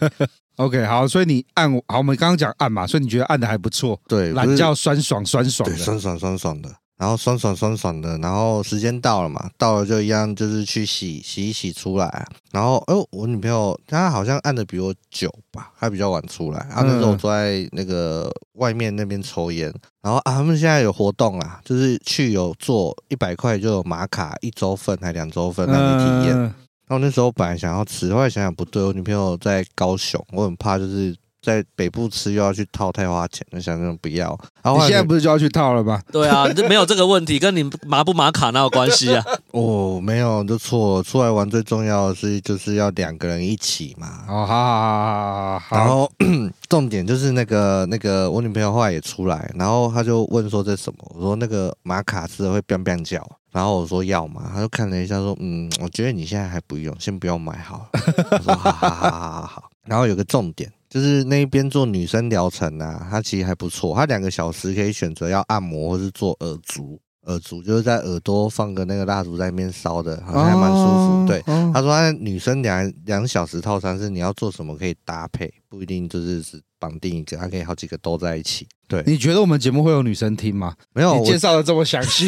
B: OK，好，所以你按好，我们刚刚讲按嘛，所以你觉得按的还不错，
C: 对，不
B: 懒
C: 是
B: 觉酸爽酸爽
C: 对，
B: 的，
C: 酸爽酸爽的，然后酸爽酸爽的，然后时间到了嘛，到了就一样就是去洗洗一洗出来啊，然后哦，我女朋友她好像按的比我久吧，她比较晚出来，啊，那时候我
B: 嗯
C: 坐在那个外面那边抽烟，然后啊，他们现在有活动啦，就是去有做一百块就有玛卡一周份还两周份让你体验，
B: 嗯
C: 然后那时候本来想要吃，后来想想不对，我女朋友在高雄，我很怕就是。在北部吃又要去套太花钱，就想那种不要。然后
B: 你
C: 后来
B: 现在
C: 女
B: 不是就要去套了吗？
A: 对啊，这没有这个问题，跟你麻不麻卡哪有关系啊？
C: 哦，没有，就错了。出来玩最重要的是就是要两个人一起嘛。
B: 哦，好好好好
C: 然
B: 好好，
C: 后 <clears throat> 重点就是那个那个我女朋友后来也出来，然后她就问说这是什么？我说那个玛卡吃的会 biang biang 叫，然后我说要嘛，她就看了一下说嗯，我觉得你现在还不用，先不要买好了。我说好好好好好好。然后有个重点就是那一边做女生疗程啊，它其实还不错，它两个小时可以选择要按摩或是做耳足。耳烛，就是在耳朵放个那个蜡烛在那边烧的，好像还蛮舒服。对，
B: 哦
C: 他说他女生两两小时套餐是你要做什么可以搭配，不一定就是只绑定一个，它可以好几个都在一起。对，
B: 你觉得我们节目会有女生听吗？
C: 没有
B: 你
C: 我
B: 介绍的这么详细，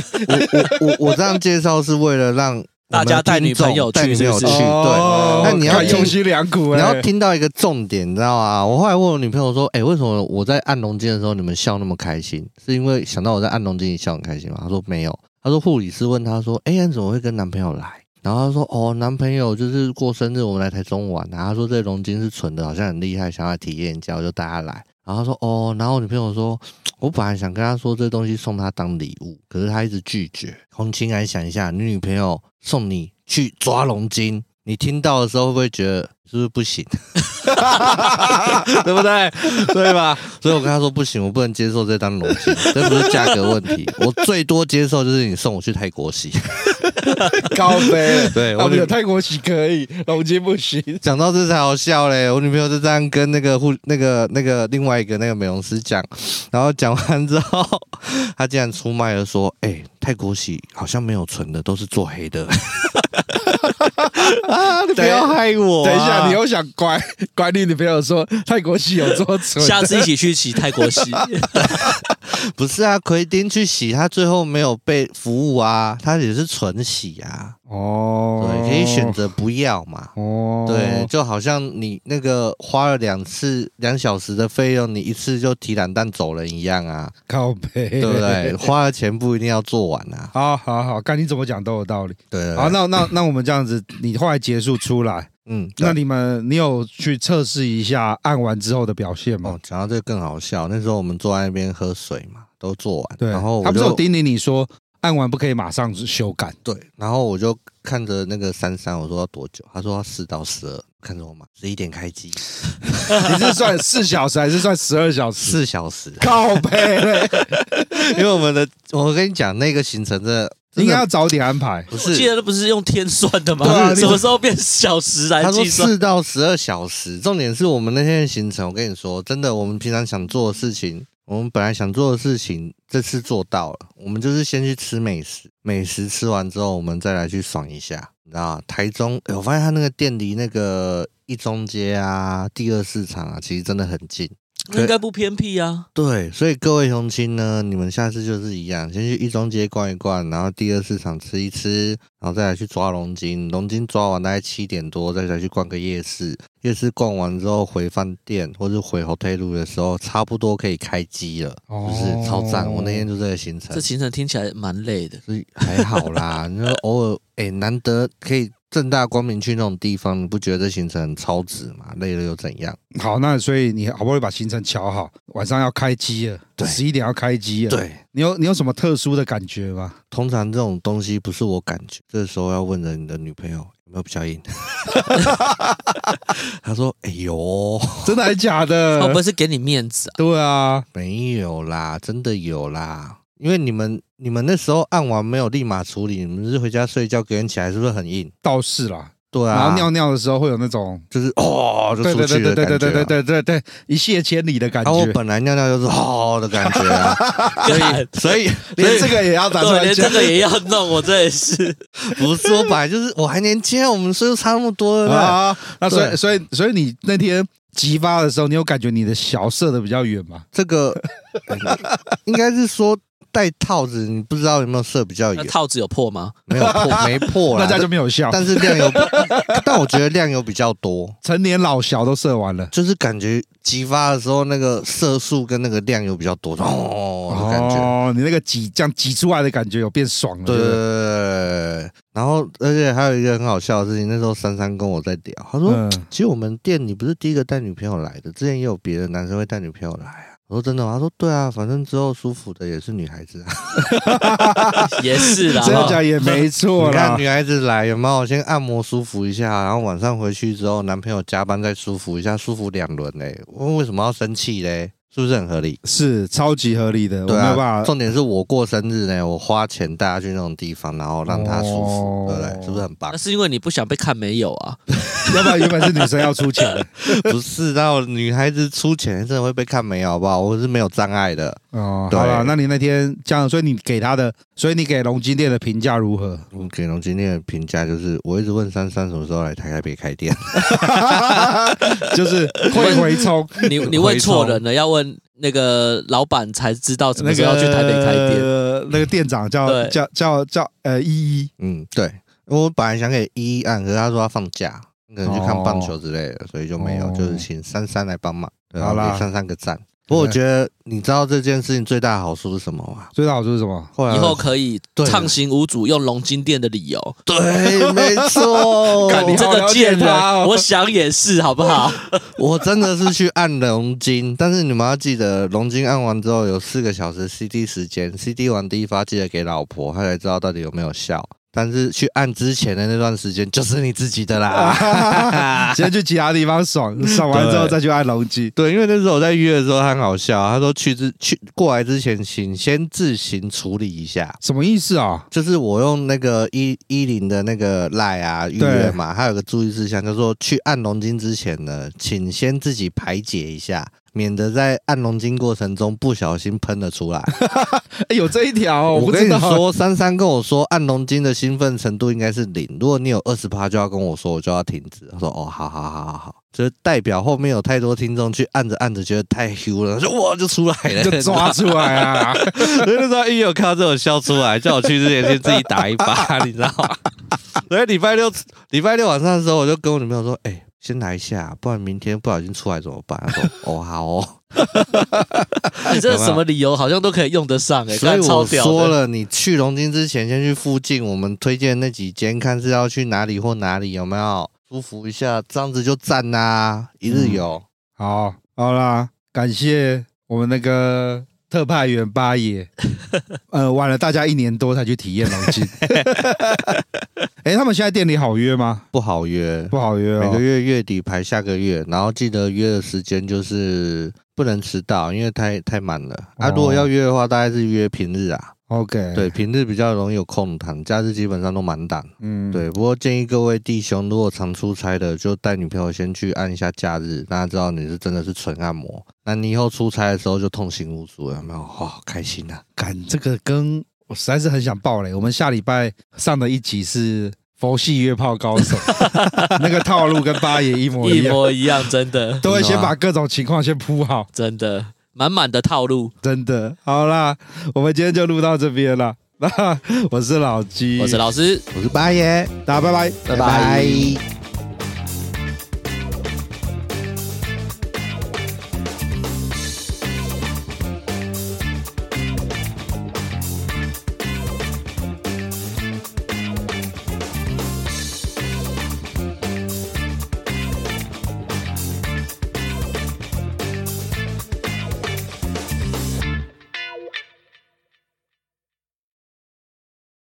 C: 我我我这样介绍是为了让我
A: 大
C: 们
A: 家带
C: 听
A: 女朋友
C: 众带
A: 去
C: 女
A: 是
C: 朋
A: 不
C: 友
A: 是
C: 去，
B: 哦
C: 对。那你要
B: 看用
C: 听
B: 心良苦
C: 你
B: 哎，
C: 要听到一个重点，你知道吗？我后来问我女朋友说：“哎、为什么我在按龙筋的时候你们笑那么开心？是因为想到我在按龙筋你笑很开心吗？”她说：“没有。”她说：“护理师问她说：‘哎、你怎么会跟男朋友来？’然后她说：‘哦，男朋友就是过生日，我们来台中玩、啊。’她说：‘这龙筋是纯的，好像很厉害，想要来体验一下，我就带她来。’然后她说：‘哦。’然后我女朋友说：‘我本来想跟她说这东西送她当礼物，可是她一直拒绝。’红青来想一下，你女朋友送你去抓龙筋。你听到的时候会不会觉得是不是不行？ <laughs> 对不对？对吧？所以我跟他说不行，我不能接受这张龙筋，这不是价格问题，我最多接受就是你送我去泰国洗。
B: <laughs> 高飞，
C: 对
B: 我
C: 我
B: 们
C: 女
B: 有泰国洗可以，龙筋不行。
C: 讲到这才好笑嘞，我女朋友就这样跟那个护那个那个另外一个那个美容师讲，然后讲完之后，她竟然出卖了说，哎、泰国洗好像没有纯的，都是做黑的。啊！ <laughs> 你不要害我、啊！
B: 等一下，你又想管管你女朋友说泰国洗有做纯，
A: 下次一起去洗泰国洗，
C: 不是啊，奎丁去洗，他最后没有被服务啊，他也是纯洗啊，
B: 哦
C: 对，可以选择不要嘛。
B: 哦，
C: 对，，就好像你那个花了两次两小时的费用，你一次就提懒蛋走人一样啊，
B: 靠背，
C: 对不对？花了钱不一定要做完啊，
B: <laughs> 好好好，看你怎么讲都有道理。
C: 对对
B: 好，
C: 对
B: 那那那我们这样子，你后来结束出来，
C: 嗯，对
B: 那你们你有去测试一下按完之后的表现吗
C: 哦？，讲到这个更好笑，那时候我们坐在那边喝水嘛，都做完，
B: 对，
C: 然后我
B: 他不是
C: 就
B: 有叮咛你说按完不可以马上修
C: <laughs>
B: 改，
C: 对，然后我就看着那个珊珊，我说要多久？他说要四到十二，看着我嘛，十一点开机，
B: 你是算四小时还是算十二小时？
C: 四小时，
B: 靠背嘞，
C: 因为我们的，我跟你讲，那个行程真的
B: 应该
C: 真
B: 要
C: 的
B: 早点安排。
C: 不
A: 我记
C: <laughs> 是。
A: 得那不是用天算的吗？
B: 对啊
A: <laughs>
B: 你
A: 什么时候变小时来
C: 他说
A: 计 <laughs> 算？
C: 四到十二小时，重点是我们那天的行程。我跟你说，真的，我们平常想做的事情，我们本来想做的事情，这次做到了。我们就是先去吃美食，美食吃完之后，我们再来去爽一下，你知道吗台中，诶我发现他那个店离那个一中街啊、第二市场啊，其实真的很近。
A: 那应该不偏僻啊。
C: 对，所以各位雄亲呢，你们下次就是一样，先去一中街逛一逛，然后第二市场吃一吃，然后再来去抓龙筋。龙筋抓完大概七点多，再来去逛个夜市。夜市逛完之后回饭店或者回 hotel 路的时候，差不多可以开机了，
B: 哦
C: 就是超赞。我那天就这个行程
A: 这，行程听起来蛮累的，
C: 所以还好啦。你说偶尔哎、难得可以正大光明去那种地方，你不觉得这行程很超值吗？累了又怎样？
B: 好，那所以你好不容易把行程瞧好，晚上要开机了，
C: 对
B: 十一点要开机了。，
C: 对，
B: 你有你有什么特殊的感觉吗？
C: 通常这种东西不是我感觉，这时候要问着你的女朋友有没有比较硬。 <laughs> 她说：“哎呦，
B: 真的还假
A: 哦，不
B: 的？
A: 是给你面子啊，
B: 对啊，
C: 没有啦，真的有啦。因为你们你们那时候按完没有立马处理，你们是回家睡觉，隔天起来是不是很硬？
B: 倒是啦。
C: 对啊，
B: 然后尿尿的时候会有那种，
C: 就是哦，就
B: 对
C: 出
B: 对
C: 去
B: 对
C: 的
B: 对
C: 感觉、
B: 对对对。”对对对，一泻千里的感
C: 然后我
B: 觉。
C: 本来尿尿就是哦的感觉啊，
B: <laughs>
A: <laughs>
C: 所以所以
B: 连这个也要打出
A: 对，
B: 来
A: 连
B: 讲
A: 这。个也要弄，我这也
C: <laughs>
A: 是。
C: 不是我本来就是我还年轻啊，我们岁数差那么多了啦。
B: 啊，那所以
C: 对
B: 所以所以你那天急发的时候，你有感觉你的小射的比较远吗？
C: 这个 <laughs> 应该是说戴套子，你不知道有没有射比较
A: 那
C: 远，
A: 套子有破吗？
C: 没有破，
B: <laughs>
C: 没破
B: 大
C: 啦。
B: 家就没有笑。
C: 但是量有，但我觉得量有比 <laughs> 较多，
B: 成年老小都射完了，
C: 就是感觉激发的时候那个射速跟那个量有比较多哦的感觉。
B: 哦，你那个挤这样挤出来的感觉有变爽了。
C: 对
B: 不
C: 对对对对，然后而且还有一个很好笑的事情，那时候珊珊跟我在聊，她说：“
B: 嗯
C: 其实我们店你不是第一个带女朋友来的，之前也有别的男生会带女朋友来啊。”我说：“真的吗？”她说：“对啊，反正之后舒服的也是女孩子啊。”
A: 也是啦，
B: 这样
A: 哈
B: 讲也没错
C: 你看
B: 啦。
C: 女孩子来有没有？先按摩舒服一下，然后晚上回去之后，男朋友加班再舒服一下，舒服两轮嘞。我为什么要生气嘞？是不是很合理？
B: 是超级合理的，我
C: 对
B: 没有
C: 啊，
B: 办法。
C: 重点是我过生日呢，我花钱带她去那种地方，然后让她舒服，
B: 哦
C: 对不对？是不是很棒
A: 那？是因为你不想被看没有啊？
B: <laughs> 要不然原本是女生要出钱的，
C: 不是，那我女孩子出钱真的会被看没有，好不好？我是没有障碍的。
B: 哦，
C: 对
B: 好了，那你那天这样，所以你给他的，所以你给龙金店的评价如何？ <laughs>
C: 我给龙今天的评价就是，我一直问珊珊什么时候来台北开店，
B: 就是会回冲
A: 你你问错人了，要问那个老板才知道什么时候要去台北开店。
B: 呃那个店长叫
A: 对
B: 叫叫叫呃依依，
C: 嗯，对，我本来想给一一按，可是他说他放假，可能去看
B: 哦
C: 棒球之类的，所以就没有，
B: 哦
C: 就是请珊珊来帮忙，对，
B: 好啦
C: 我给珊珊个赞。不过我觉得，你知道这件事情最大的好处是什么吗？
B: 最大好处是什么？
C: 后来
A: 以后可以
C: 对
A: 畅行无阻，用龙金店的理由。 <laughs>
C: 对，没错，
A: 干你这个贱人，
B: 哦
A: 我想也是，好不好？ <laughs>
C: 我真的是去按龙筋，但是你们要记得，龙筋按完之后有四个小时 CD 时间，CD 完第一发记得给老婆，她才知道到底有没有效。但是去按之前的那段时间就是你自己的啦。
B: 先去其他地方爽，爽完之后再去按龙基。
C: 对，因为那时候我在约的时候，她很好笑，她说去之去过来之前，请先自行处理一下。
B: 什么意思啊？
C: 就是我用那个一一零的那个赖啊预约嘛，它有个注意事项，就是说去按龙筋之前呢，请先自己排解一下，免得在按龙筋过程中不小心喷了出来。
B: 哎有这一条哦，
C: 我
B: 不
C: 跟
B: 知
C: 你
B: 道。
C: 说，珊珊跟我说按龙筋的兴奋程度应该是零，如果你有二十趴就要跟我说，我就要停止。他说哦，好好好好好，就是代表后面有太多听众去按着按着觉得太羞了，他说哇就出来 <laughs> 了，
B: 就抓出来啊！ <laughs>
C: 所以那时候一有看到这种笑出来，叫我去之前先自己打一把，你知道吗？ <laughs> 所以礼拜六礼拜六晚上的时候，我就跟我女朋友说：“哎、先来一下，不然明天不小心出来怎么办？”她说：“哦，好哦。
A: 你这什么理由好像都可以用得上”哎、欸，
C: 所以
A: 干超
C: 我
A: 屌
C: 说
A: 的。
C: 了，你去龙津之前，先去附近我们推荐那几间，看是要去哪里或哪里有没有舒服一下，这样子就赞啦、一日游。
A: 嗯
B: 好，好啦，感谢我们那个特派员
C: <laughs>
B: 八爷，呃，晚了大家一年多才去体验龙筋。哎、他们现在店里好约吗？
C: 不好约，
B: 不好
A: 啊
B: 约哦。
C: 每个月月底排下个月，然后记得约的时间就是不能迟到，因为太太满了。啊，
B: 哦
C: 如果要约的话，大概是约平日啊，
B: OK，
C: 对，，平日比较容易有空档，假日基本上都满档。
B: 嗯，
C: 对，不过建议各位弟兄，如果常出差的，就带女朋友先去按一下假日，让她知道你是真的是纯按摩。那你以后出差的时候就痛心无阻，有没有？哇、开心啊！
B: 干这个跟我实在是很想爆雷。我们下礼拜上的一集是佛系约炮高
C: <laughs>
B: 手，那个套路跟八爷一模
A: 一
B: 一样，
A: 模一样，真的，
B: 都会先把各种情况先铺好，
A: 真的，满满的套路。
B: 真的。好啦，我们今天就录到这边 <laughs> 了。那我是老鸡，
A: 我是老师，
C: 我是八爷，
B: 大家拜拜。
C: 拜拜